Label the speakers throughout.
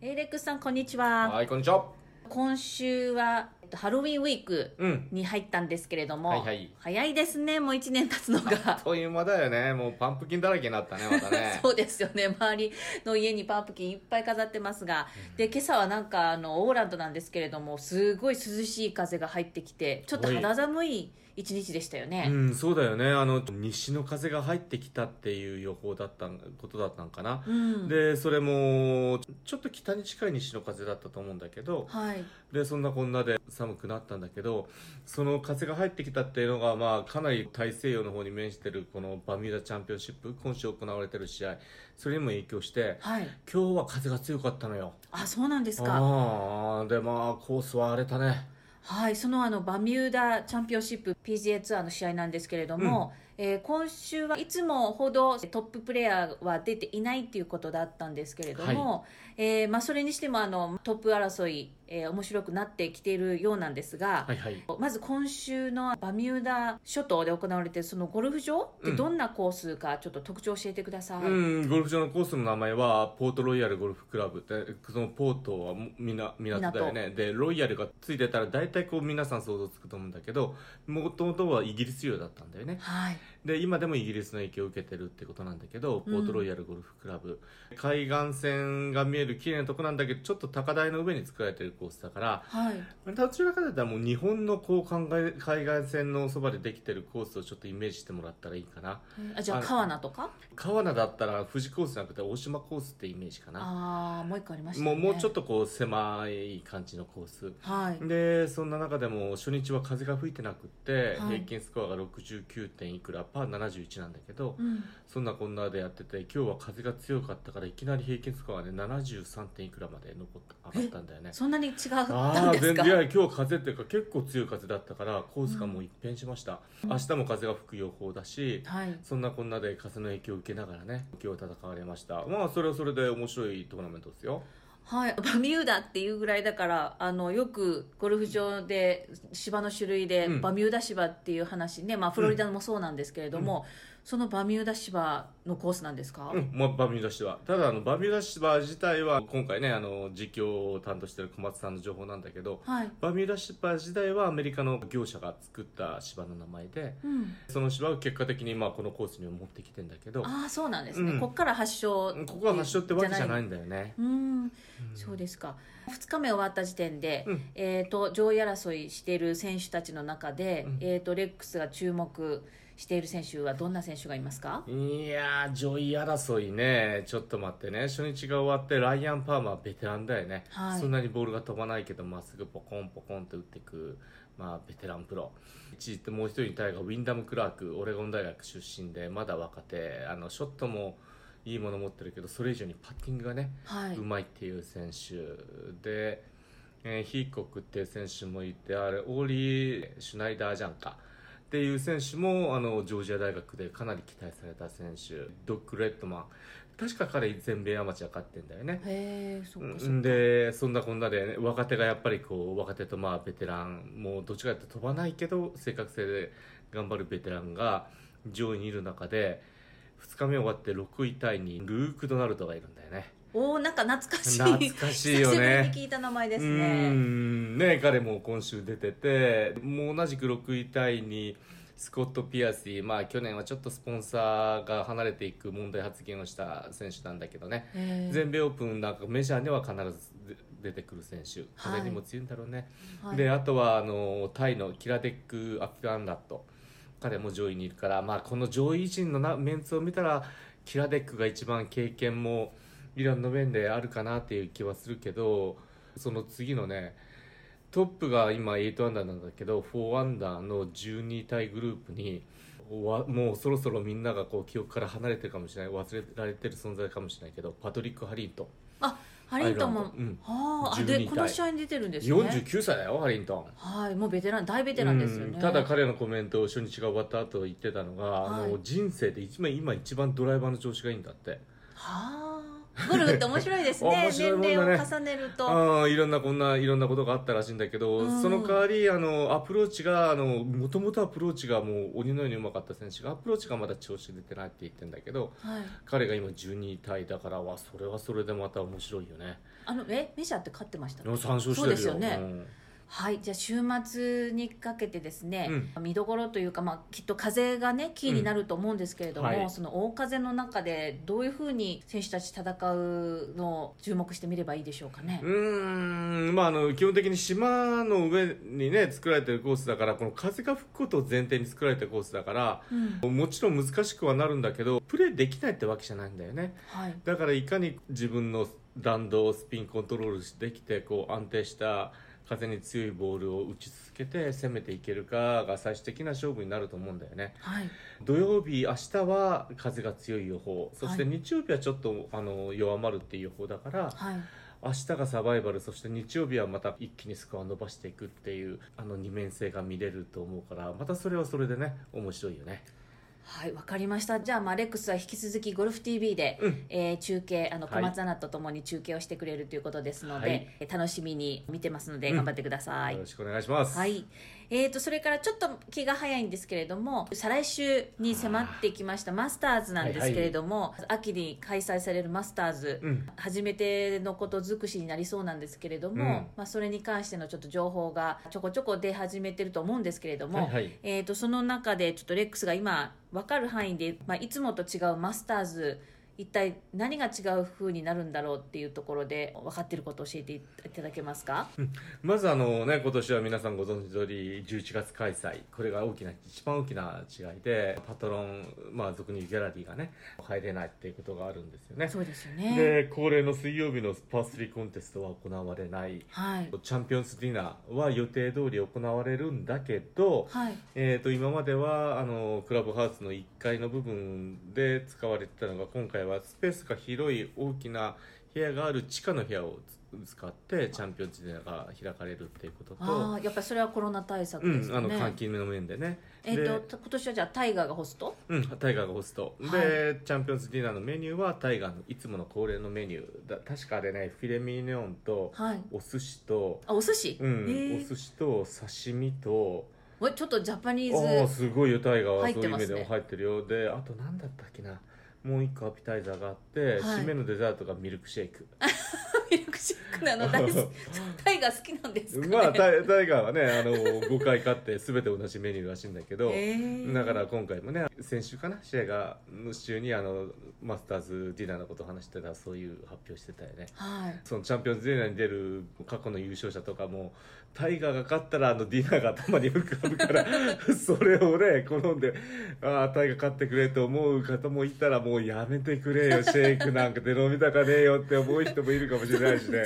Speaker 1: レックスさんこんにちは、
Speaker 2: はい、こんにちは。
Speaker 1: 今週はえっとハロウィンウィーク
Speaker 2: うん。
Speaker 1: に入ったんですけれども、
Speaker 2: はいはい
Speaker 1: 早いですねもう1年経つのが。
Speaker 2: という間だよね。もうパンプキンだらけになったね、またね
Speaker 1: そうですよね周りの家にパンプキンいっぱい飾ってますが、で今朝はなんかあのオーランドなんですけれどもすごい涼しい風が入ってきてちょっと肌寒い一日でしたよね、
Speaker 2: うん、そうだよね。あの、西の風が入ってきたっていう予報だったん、ことだったんかな。
Speaker 1: うん
Speaker 2: で、それも、ちょっと北に近い西の風だったと思うんだけど、
Speaker 1: はい
Speaker 2: で、そんなこんなで寒くなったんだけど、その風が入ってきたっていうのが、まあ、かなり大西洋の方に面してる、このバミューダチャンピオンシップ、今週行われてる試合、それにも影響して、
Speaker 1: はい
Speaker 2: 今日は風が強かったのよ。
Speaker 1: あそうなんですか
Speaker 2: ああ、で、まあ、コースは荒れたね。
Speaker 1: はい、そのあのバミューダチャンピオンシップ PGA ツアーの試合なんですけれども、えー今週はいつもほどトッププレーヤーは出ていないということだったんですけれども、えーまあ、それにしてもあのトップ争い、えー面白くなってきているようなんですが、
Speaker 2: はいはい。
Speaker 1: まず今週のバミューダ諸島で行われているそのゴルフ場って
Speaker 2: うん
Speaker 1: どんなコースかちょっと特徴を教えてください。
Speaker 2: うん、ゴルフ場のコースの名前はポートロイヤルゴルフクラブでそのポートはみな港だよねでロイヤルがついてたら大体こう皆さん想像つくと思うんだけどもともとはイギリス領だったんだよね
Speaker 1: はい、
Speaker 2: で今でもイギリスの影響を受けてるってことなんだけどポートロイヤルゴルフクラブ、海岸線が見える綺麗なとこなんだけどちょっと高台の上に作られてるコースだから
Speaker 1: はい
Speaker 2: どちらかだったらもう日本のこう考え海岸線のそばでできてるコースをちょっとイメージしてもらったらいいかな
Speaker 1: あじゃあ
Speaker 2: あの
Speaker 1: 川名とか
Speaker 2: 川名だったら富士コースじゃなくて大島コースってイメージかな
Speaker 1: ああもう一個ありました
Speaker 2: も
Speaker 1: ね
Speaker 2: うもうちょっ
Speaker 1: と
Speaker 2: とこう狭い感じのコース
Speaker 1: はい
Speaker 2: でそんな中でも初日は風が吹いてなくって、
Speaker 1: はい
Speaker 2: 平均スコアが69点いくらパー71なんだけど、
Speaker 1: うん
Speaker 2: そんなこんなでやってて今日は風が強かったからいきなり平均スコアがね73点いくらまで残った上がったんだよね
Speaker 1: そんなに違った
Speaker 2: あ
Speaker 1: ん
Speaker 2: あ
Speaker 1: です
Speaker 2: 全
Speaker 1: か
Speaker 2: 然いや今日風っていうか結構強い風だったからコースがもう一変しました、明日も風が吹く予報だし、
Speaker 1: はい
Speaker 2: そんなこんなで風の影響を受けながらね今日戦われましたまあそれはそれで面白いトーナメントですよ
Speaker 1: はい、バミューダっていうぐらいだからあのよくゴルフ場で芝の種類で、
Speaker 2: うん
Speaker 1: バミューダ芝っていう話ね、まあ、フロリダもそうなんですけれども、そのバミューダ芝のコースなんですか、
Speaker 2: うん、まあ、バミューダ市はただあのバミューダ市は自体は今回ねあの実況を担当してる小松さんの情報なんだけど
Speaker 1: はい、
Speaker 2: バミューダ芝自体はアメリカの業者が作った芝の名前で
Speaker 1: うん、
Speaker 2: その芝を結果的にまあこのコースに持ってきてんだけど
Speaker 1: ああそうなんですね、
Speaker 2: うん
Speaker 1: ここから発祥
Speaker 2: ここが発祥ってわけじゃないいんだよね
Speaker 1: うんそうですか2日目終わった時点で、
Speaker 2: うん
Speaker 1: えー、と上位争いしている選手たちの中で、
Speaker 2: うん
Speaker 1: えー、とレックスが注目している選手はどんな選手がいますか
Speaker 2: いやー上位争いねちょっと待ってね初日が終わってライアン・パーマーベテランだよね、
Speaker 1: はい
Speaker 2: そんなにボールが飛ばないけどまっすぐポコンポコンって打っていく、まあ、ベテランプロ1位ってもう一人にタイがウィンダム・クラークオレゴン大学出身でまだ若手あのショットもいいもの持ってるけどそれ以上にパッティングがね
Speaker 1: はいう
Speaker 2: まいっていう選手で、えーヒーコックっていう選手もいてあれオーリー・シュナイダージャンかっていう選手もあのジョージア大学でかなり期待された選手ドッグ・レッドマン確か彼全米アマチュア勝ってんだよね
Speaker 1: へえそっかそっか、
Speaker 2: うんでそんなこんなでね、若手がやっぱりこう若手とまあベテランもうどっちかって飛ばないけど正確性で頑張るベテランが上位にいる中で2日目終わって6位タイにルーク・ドナルドがいるんだよね。
Speaker 1: おおなんか懐かしい
Speaker 2: 懐かしいよ
Speaker 1: 久し
Speaker 2: ね
Speaker 1: ぶりに聞いた名前です
Speaker 2: うー
Speaker 1: ね
Speaker 2: んね彼も今週出ててもう同じく6位タイにスコット・ピアシー、まあ、去年はちょっとスポンサーが離れていく問題発言をした選手なんだけどね、
Speaker 1: へー
Speaker 2: 全米オープンなんかメジャーでは必ず出てくる選手
Speaker 1: はい
Speaker 2: 風にも強いんだろうね、
Speaker 1: はい
Speaker 2: であとはあのタイのキラデック・アピアンラット彼も上位にいるから、まあ、この上位陣のなメンツを見たらキラデックが一番経験もいろんな面であるかなっていう気はするけどその次のねトップが今8アンダーなんだけど4アンダーの12位タイグループにわもうそろそろみんながこう記憶から離れてるかもしれない忘れられてる存在かもしれないけどパトリック・ハリントン
Speaker 1: あハリントンも
Speaker 2: アイルランドうん
Speaker 1: はああ
Speaker 2: 12
Speaker 1: で
Speaker 2: 対
Speaker 1: この試合に出てるんですね
Speaker 2: 49歳だよハリントン。
Speaker 1: はいもうベテラン大ベテランですよ
Speaker 2: う
Speaker 1: ね
Speaker 2: んただ彼のコメントを初日が終わった後言ってたのが、
Speaker 1: はい
Speaker 2: あの人生で一番今一番ドライバーの調子がいいんだって
Speaker 1: はあゴルフって面白いですね
Speaker 2: 面白いもんだ
Speaker 1: 年
Speaker 2: ね
Speaker 1: 齢を重ねると
Speaker 2: あーいろんなこんないろんなことがあったらしいんだけど、
Speaker 1: うん
Speaker 2: その代わりあのアプローチがあのもともとアプローチがもう鬼のようにうまかった選手がアプローチがまだ調子出てないって言ってんだけど
Speaker 1: はい
Speaker 2: 彼が今12位タイだからわそれはそれでまた面白いよね
Speaker 1: あのえメジャーって勝ってました
Speaker 2: 3勝してるよ
Speaker 1: そうですよね
Speaker 2: うん
Speaker 1: はいじゃあ週末にかけてですね、見どころというか、まあ、きっと風がねキーになると思うんですけれども、
Speaker 2: うんはい
Speaker 1: その大風の中でどういうふうに選手たち戦うのを注目してみればいいでしょうかね
Speaker 2: う。ーんまあ、あの基本的に島の上にね作られてるコースだからこの風が吹くことを前提に作られたコースだから
Speaker 1: うん
Speaker 2: もちろん難しくはなるんだけどプレーできないってわけじゃないんだよね
Speaker 1: はい
Speaker 2: だからいかに自分の弾道スピンコントロールできてこう安定した風に強いボールを打ち続けて攻めていけるかが最終的な勝負になると思うんだよね
Speaker 1: はい
Speaker 2: 土曜日明日は風が強い予報そして
Speaker 1: はい
Speaker 2: 日曜日はちょっと、あの弱まるっていう予報だから
Speaker 1: はい
Speaker 2: 明日がサバイバルそして日曜日はまた一気にスコアを伸ばしていくっていうあの二面性が見れると思うからまたそれはそれでね面白いよね
Speaker 1: はい、わかりました。じゃあ、まあ、レックスは引き続きゴルフ TV で、
Speaker 2: うん
Speaker 1: えー中継、あの、
Speaker 2: は
Speaker 1: 小
Speaker 2: い
Speaker 1: 松アナとともに中継をしてくれるということですので、
Speaker 2: はい
Speaker 1: えー楽しみに見てますので、
Speaker 2: うん
Speaker 1: 頑張ってください。
Speaker 2: よろしくお願いします
Speaker 1: はい。えー、と、それからちょっと気が早いんですけれども、再来週に迫ってきましたマスターズなんですけれども、秋に開催されるマスターズ、
Speaker 2: うん
Speaker 1: 初めてのこと尽くしになりそうなんですけれども、
Speaker 2: うん
Speaker 1: まあ、それに関してのちょっと情報がちょこちょこ出始めてると思うんですけれども、
Speaker 2: はいはい
Speaker 1: えー、とその中でちょっとレックスが今分かる範囲で、まあ、いつもと違うマスターズ一体何が違う風になるんだろうっていうところで分かってることを教えていただけますか、
Speaker 2: まずあのね今年は皆さんご存知通り11月開催これが大きな一番大きな違いでパトロンまあ俗にギャラリーがね入れないっていうことがあるんですよね
Speaker 1: そうですよね
Speaker 2: で恒例の水曜日のパー3コンテストは行われない
Speaker 1: はい
Speaker 2: チャンピオンズディナーは予定通り行われるんだけど、
Speaker 1: はい
Speaker 2: えー、と今まではあのクラブハウスの1階の部分で使われてたのが今回はスペースが広い大きな部屋がある地下の部屋をつ使ってチャンピオンズディナーが開かれるっていうこと
Speaker 1: あ
Speaker 2: と、
Speaker 1: あやっぱりそれはコロナ対策
Speaker 2: う
Speaker 1: です
Speaker 2: ん、
Speaker 1: よ
Speaker 2: あの
Speaker 1: ね、
Speaker 2: 換気の面でね。
Speaker 1: え
Speaker 2: で
Speaker 1: ー、と今年はじゃあタイガーがホスト
Speaker 2: うん、タイガーがホスト、
Speaker 1: は
Speaker 2: でチャンピオンズディナーのメニューはタイガーのいつもの恒例のメニューだ確かあれねフィレミニオンと
Speaker 1: はい
Speaker 2: お寿司と、
Speaker 1: あお寿司、
Speaker 2: うん
Speaker 1: えー
Speaker 2: お寿司と刺身と
Speaker 1: おいちょっとジャパニ
Speaker 2: あ
Speaker 1: ー
Speaker 2: あ
Speaker 1: ズ
Speaker 2: すごいよタイガーは
Speaker 1: 入っ
Speaker 2: そう
Speaker 1: て
Speaker 2: いう
Speaker 1: ま
Speaker 2: 意
Speaker 1: すね
Speaker 2: 味でも入ってるよであと何だったっけなもう一個アピタイザーがあって、
Speaker 1: はい
Speaker 2: 締めのデザートがミルクシェイク
Speaker 1: ミルクシェイクなの大 好きタイガー好きなんですかね、
Speaker 2: まあタイタイガーはねあの5回勝って全て同じメニューらしいんだけど、
Speaker 1: えー
Speaker 2: だから今回もね先週かな試合がの週にあのマスターズディナーのことを話してたらそういう発表してたよね
Speaker 1: はい
Speaker 2: そのチャンピオンズディナーに出る過去の優勝者とかもタイガーが勝ったらあのディナーが頭に浮かぶから それをね好んでああタイガー勝ってくれと思う方もいたらもうやめてくれよシェイクなんかで飲みたかねえよって思う人もいるかもしれな いしね。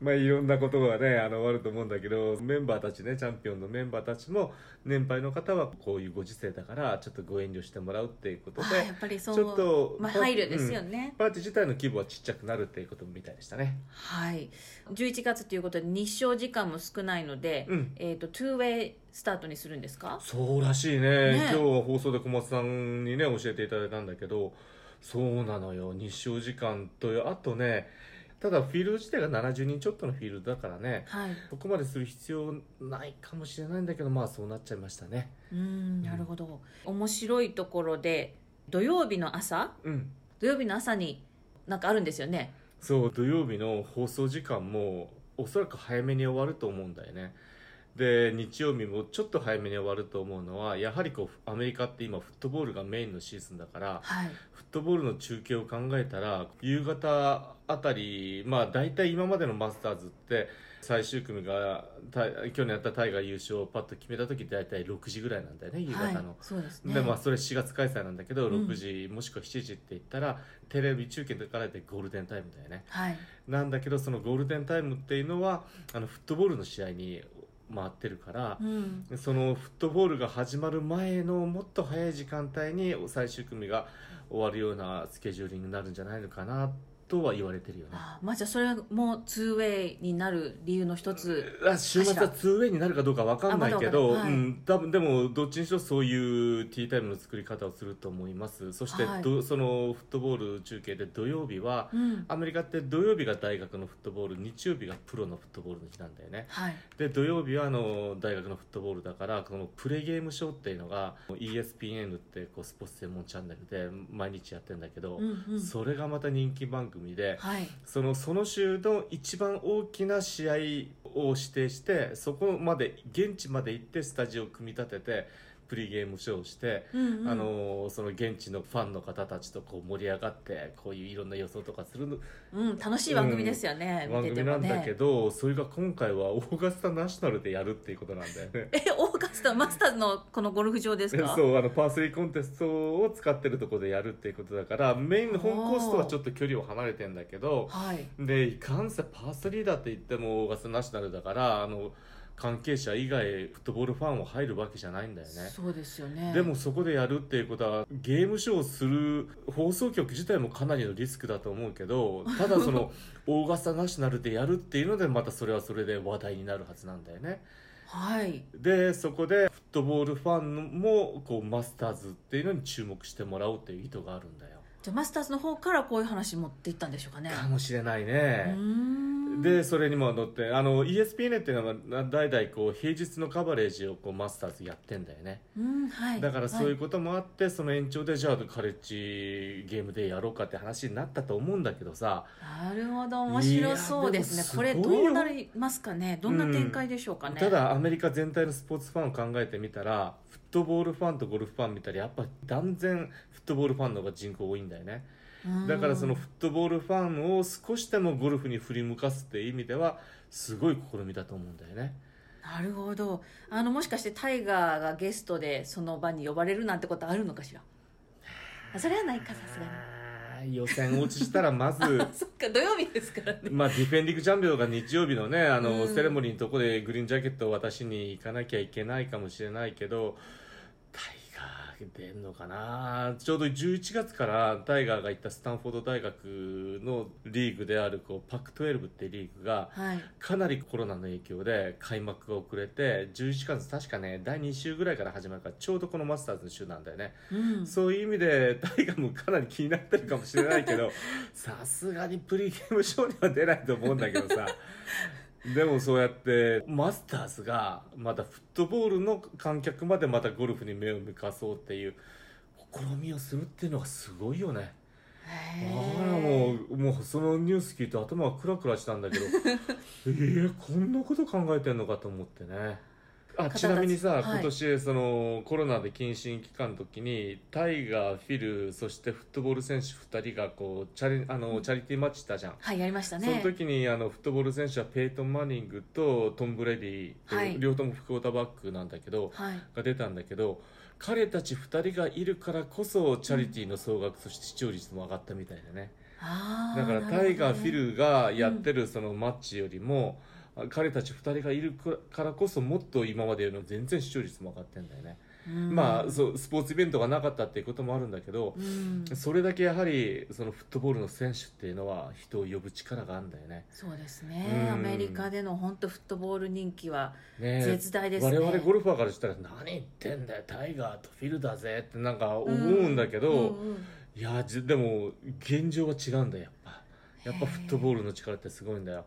Speaker 2: まあいろんなことがねあのあると思うんだけどメンバーたちねチャンピオンのメンバーたちも年配の方はこういうご時世だからちょっとご遠慮してもらうっていうこと
Speaker 1: あ
Speaker 2: で
Speaker 1: ーやっぱりそう
Speaker 2: ちょっと
Speaker 1: まあ、配慮ですよね、
Speaker 2: パーティー自体の規模はちっちゃくなるっていうことみたいでしたね。
Speaker 1: はい11月ということで日照時間も少ないので、
Speaker 2: うん
Speaker 1: えー、と 2way スタートにするんですか
Speaker 2: そうらしいね
Speaker 1: ね
Speaker 2: 今日は放送で小松さんにね教えていただいたんだけどそうなのよ日照時間とあとねただフィールド自体が70人ちょっとのフィールドだからね
Speaker 1: はい
Speaker 2: そこまでする必要ないかもしれないんだけどまあそうなっちゃいましたね
Speaker 1: うーんなるほど面白いところで土曜日の朝
Speaker 2: うん
Speaker 1: 土曜日の朝になんかあるんですよね
Speaker 2: そう土曜日の放送時間もおそらく早めに終わると思うんだよねで日曜日もちょっと早めに終わると思うのはやはりこうアメリカって今フットボールがメインのシーズンだから
Speaker 1: はい
Speaker 2: フットボールの中継を考えたら夕方あたりまあ大体今までのマスターズって最終組がた去年やったタイガー優勝をパッと決めた時大体6時ぐらいなんだよね夕
Speaker 1: は
Speaker 2: 方
Speaker 1: い
Speaker 2: の。
Speaker 1: そうですね
Speaker 2: でまあ、それ4月開催なんだけど
Speaker 1: うん
Speaker 2: 6時、もしくは7時って言ったらテレビ中継とからでゴールデンタイムだよね
Speaker 1: はい
Speaker 2: なんだけどそのゴールデンタイムっていうのはあのフットボールの試合に回ってるから
Speaker 1: う、ん
Speaker 2: そのフットボールが始まる前のもっと早い時間帯に最終組が終わるようなスケジューリングになるんじゃないのかなっとは言われてるよね
Speaker 1: あまあじゃあそれはもう 2way になる理由の一つ
Speaker 2: あ週末は 2way になるかどうか分かんないけど、
Speaker 1: あまだ分かんないはい
Speaker 2: うん、多分でもどっちにしろそういうティータイムの作り方をすると思いますそして
Speaker 1: はい
Speaker 2: ど、そのフットボール中継で土曜日は
Speaker 1: うん
Speaker 2: アメリカって土曜日が大学のフットボール日曜日がプロのフットボールの日なんだよね
Speaker 1: はい
Speaker 2: で土曜日はあの大学のフットボールだからこのプレゲームショーっていうのが ESPN ってこうスポーツ専門チャンネルで毎日やってるんだけど、
Speaker 1: うんうん
Speaker 2: それがまた人気番組で、
Speaker 1: はい
Speaker 2: そのその週の一番大きな試合を指定してそこまで現地まで行ってスタジオを組み立ててプリゲームショーをして、
Speaker 1: うんうん
Speaker 2: あのその現地のファンの方たちとこう盛り上がってこういういろんな予想とかするの
Speaker 1: うん楽しい番組ですよね、
Speaker 2: 番
Speaker 1: 見てて
Speaker 2: 組
Speaker 1: も
Speaker 2: なん
Speaker 1: ね。
Speaker 2: だけど、それが今回はオーガスタナショナルでやるっていうことなんだよね
Speaker 1: えオーガスタマスターズのこのゴルフ場です か
Speaker 2: そうあのパー3コンテストを使ってるところでやるっていうことだからメインの本コースとはちょっと距離を離れてんだけど
Speaker 1: はい
Speaker 2: でいかんせパー3だって言ってもオーガスタナショナルだからあの関係者以外フットボールファンも入るわけじゃないんだよね
Speaker 1: そうですよね
Speaker 2: でもそこでやるっていうことはゲームショーをする放送局自体もかなりのリスクだと思うけどただそ のオーガスタナショナルでやるっていうのでまたそれはそれで話題になるはずなんだよね
Speaker 1: はい
Speaker 2: でそこでフットボールファンもこうマスターズっていうのに注目してもらおうっていう意図があるんだよ
Speaker 1: じゃあマスターズの方からこういう話持っていったんでしょうかね
Speaker 2: かもしれないう
Speaker 1: ー
Speaker 2: ね
Speaker 1: ん
Speaker 2: でそれにも乗ってあの ESPN っていうのはな代々こう平日のカバレージをこうマスターズやってんだよね
Speaker 1: うんはい
Speaker 2: だからそういう
Speaker 1: は
Speaker 2: こともあって、その延長でじゃあカレッジゲームでやろうかって話になったと思うんだけどさ
Speaker 1: いなるほど面白そうですね
Speaker 2: い
Speaker 1: これ
Speaker 2: やでもす
Speaker 1: ど
Speaker 2: ごいよ
Speaker 1: うなりますかねどんな展開でしょうかね、
Speaker 2: ただアメリカ全体のスポーツファンを考えてみたらフットボールファンとゴルフファン見たらやっぱ断然フットボールファンの方が人口多いんだよね
Speaker 1: うん
Speaker 2: だからそのフットボールファンを少しでもゴルフに振り向かすっていう意味ではすごい試みだと思うんだよね
Speaker 1: なるほどあのもしかしてタイガーがゲストでその場に呼ばれるなんてことあるのかしらあそれはないかさすがに
Speaker 2: あー予選落ちした らまず
Speaker 1: そっか土曜日ですからね
Speaker 2: まあディフェンディングチャンピオンが日曜日のねあの、
Speaker 1: うん
Speaker 2: セレモニーのとこでグリーンジャケットを渡しに行かなきゃいけないかもしれないけどタイガー出んのかなちょうど11月からタイガーが行ったスタンフォード大学のリーグであるこうパック12ってリーグが
Speaker 1: はい
Speaker 2: かなりコロナの影響で開幕が遅れて11月確かね第2週ぐらいから始まるからちょうどこのマスターズの週なんだよね
Speaker 1: うん
Speaker 2: そういう意味でタイガーもかなり気になってるかもしれな いけどさすがにプリゲームショーには出ないと思うんだけど さでもそうやってマスターズがまたフットボールの観客までまたゴルフに目を向かそうっていう試みをするっていうのはすごいよね。あ
Speaker 1: へー
Speaker 2: らもうもうそのニュース聞いて頭がクラクラしたんだ けどえー、こんなこと考えてんのかと思ってねあ
Speaker 1: たち
Speaker 2: ちなみにさ、
Speaker 1: はい
Speaker 2: 今年そのコロナで謹慎期間の時にタイガー、フィルそしてフットボール選手2人がこうチャリあのチャリティーマッチしたじゃん、
Speaker 1: はいやりましたね
Speaker 2: その時にあのフットボール選手はペイトン・マニングとトム・ブレディ、
Speaker 1: はい
Speaker 2: 両方ともクォーターバックなんだけど、
Speaker 1: はい
Speaker 2: が出たんだけど彼たち2人がいるからこそチャリティーの総額、そして視聴率も上がったみたいだね
Speaker 1: あー
Speaker 2: だから
Speaker 1: なるほど
Speaker 2: タ
Speaker 1: ね
Speaker 2: イガー、フィルがやってるそのマッチよりも、あ彼たち2人がいるからこそもっと今までよりも全然視聴率も上がってんだよね、
Speaker 1: うん
Speaker 2: まあそうスポーツイベントがなかったっていうこともあるんだけど、
Speaker 1: うん
Speaker 2: それだけやはりそのフットボールの選手っていうのは人を呼ぶ力があるんだよね
Speaker 1: そうですね、
Speaker 2: うん
Speaker 1: アメリカでの本当フットボール人気は
Speaker 2: ねえ
Speaker 1: 絶大ですね、
Speaker 2: 我々ゴルファーからしたら何言ってんだよタイガーとフィルだぜってなんか思うんだけど、
Speaker 1: うんうん
Speaker 2: いやじでも現状は違うんだよやっぱやっぱ
Speaker 1: へえ
Speaker 2: フットボールの力ってすごいんだよ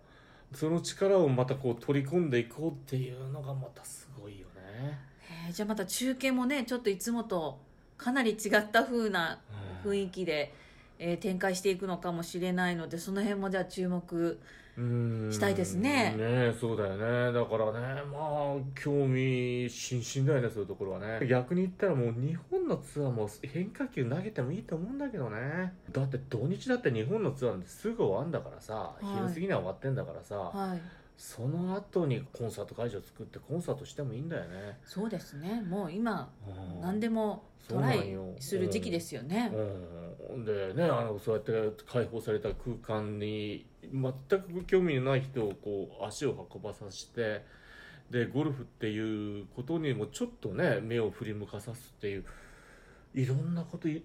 Speaker 2: その力をまたこう取り込んでいこうっていうのがまたすごいよね、
Speaker 1: えーじゃあまた中継もねちょっといつもとかなり違った風な
Speaker 2: うん
Speaker 1: 雰囲気で、えー展開していくのかもしれないのでその辺もじゃあ注目
Speaker 2: うん
Speaker 1: したいですね
Speaker 2: ねえそうだよねだからねまあ興味津々だよねそういうところはね逆に言ったらもう日本のツアーも変化球投げてもいいと思うんだけどねだって土日だって日本のツアーなんてすぐ終わんだからさ、
Speaker 1: い
Speaker 2: 昼過ぎには終わってんだからさ、
Speaker 1: はい
Speaker 2: その後にコンサート会場作ってコンサートしてもいいんだよね、
Speaker 1: そうですねもう今
Speaker 2: うん、
Speaker 1: 何でもトライする時期ですよね
Speaker 2: うんでねあのそうやって開放された空間に全く興味のない人をこう足を運ばさせてでゴルフっていうことにもちょっとね目を振り向かさすっていういろんなことい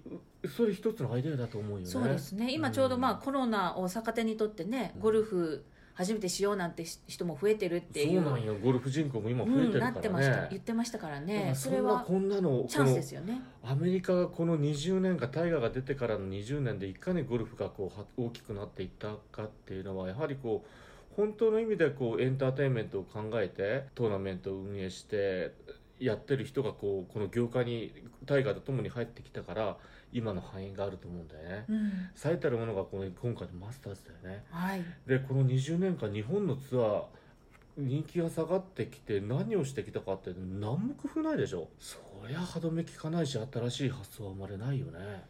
Speaker 2: それ一つのアイデアだと思うよね
Speaker 1: そうですね今ちょうどまあコロナを逆手にとってねゴルフ初めてしようなんて人も増えてるっていう
Speaker 2: そうなんよゴルフ人口も今
Speaker 1: う
Speaker 2: 増えて
Speaker 1: ん
Speaker 2: るか
Speaker 1: な
Speaker 2: らね、
Speaker 1: ってました言ってましたから
Speaker 2: だか
Speaker 1: ね
Speaker 2: ら
Speaker 1: そ
Speaker 2: そ
Speaker 1: れ
Speaker 2: れは
Speaker 1: は
Speaker 2: こんなの
Speaker 1: チャンス
Speaker 2: この
Speaker 1: ですよね
Speaker 2: アメリカがこの20年間タイガーが出てからの20年でいかにゴルフがこうは大きくなっていったかっていうのはやはりこう本当の意味でこうエンターテインメントを考えてトーナメントを運営してやってる人がこうこの業界にタイガーと共に入ってきたから今の範囲があると思うんだよね
Speaker 1: うん
Speaker 2: 最たるものがこの今回のマスターズだよね
Speaker 1: はい
Speaker 2: でこの20年間日本のツアー人気が下がってきて何をしてきたかって何も工夫ないでしょそりゃ歯止め効かないし新しい発想は生まれないよね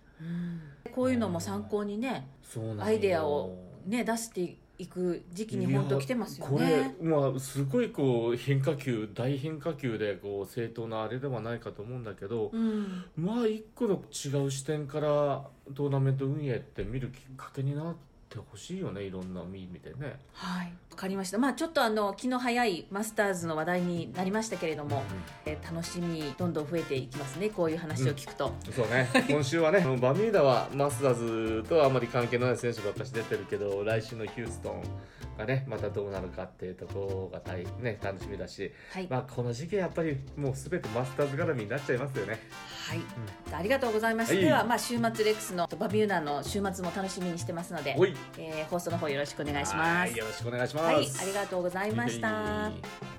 Speaker 1: こういうのも参考にね
Speaker 2: そうなんよ
Speaker 1: アイデアをね出していく時期に本当来てますよ
Speaker 2: いや
Speaker 1: ね
Speaker 2: これ、まあ、すごいこう変化球大変化球でこう正当なあれではないかと思うんだけど、
Speaker 1: うん
Speaker 2: まあ一個の違う視点からトーナメント運営って見るきっかけになってほしいよねいろんな意味でね。
Speaker 1: はいわかりましたまあちょっとあの気の早いマスターズの話題になりましたけれども、えー楽しみどんどん増えていきますねこういう話を聞くと、
Speaker 2: そうね、今週はね、あのバミューダはマスターズとはあまり関係のない選手ばっかし出てるけど、来週のヒューストンがね、またどうなるかっていうところが大、ね、楽しみだし、
Speaker 1: はい、
Speaker 2: まあ、この時期やっぱりもうすべてマスターズ絡みになっちゃいますよね。
Speaker 1: はい、ありがとうございました、
Speaker 2: はい
Speaker 1: では、まあ、週末レックスのバビューナの週末も楽しみにしてますので
Speaker 2: お、い、
Speaker 1: えー放送の方よろしくお願いし
Speaker 2: は
Speaker 1: ま
Speaker 2: い
Speaker 1: す
Speaker 2: よろしくお願いします。
Speaker 1: はいありがとうございました、
Speaker 2: はい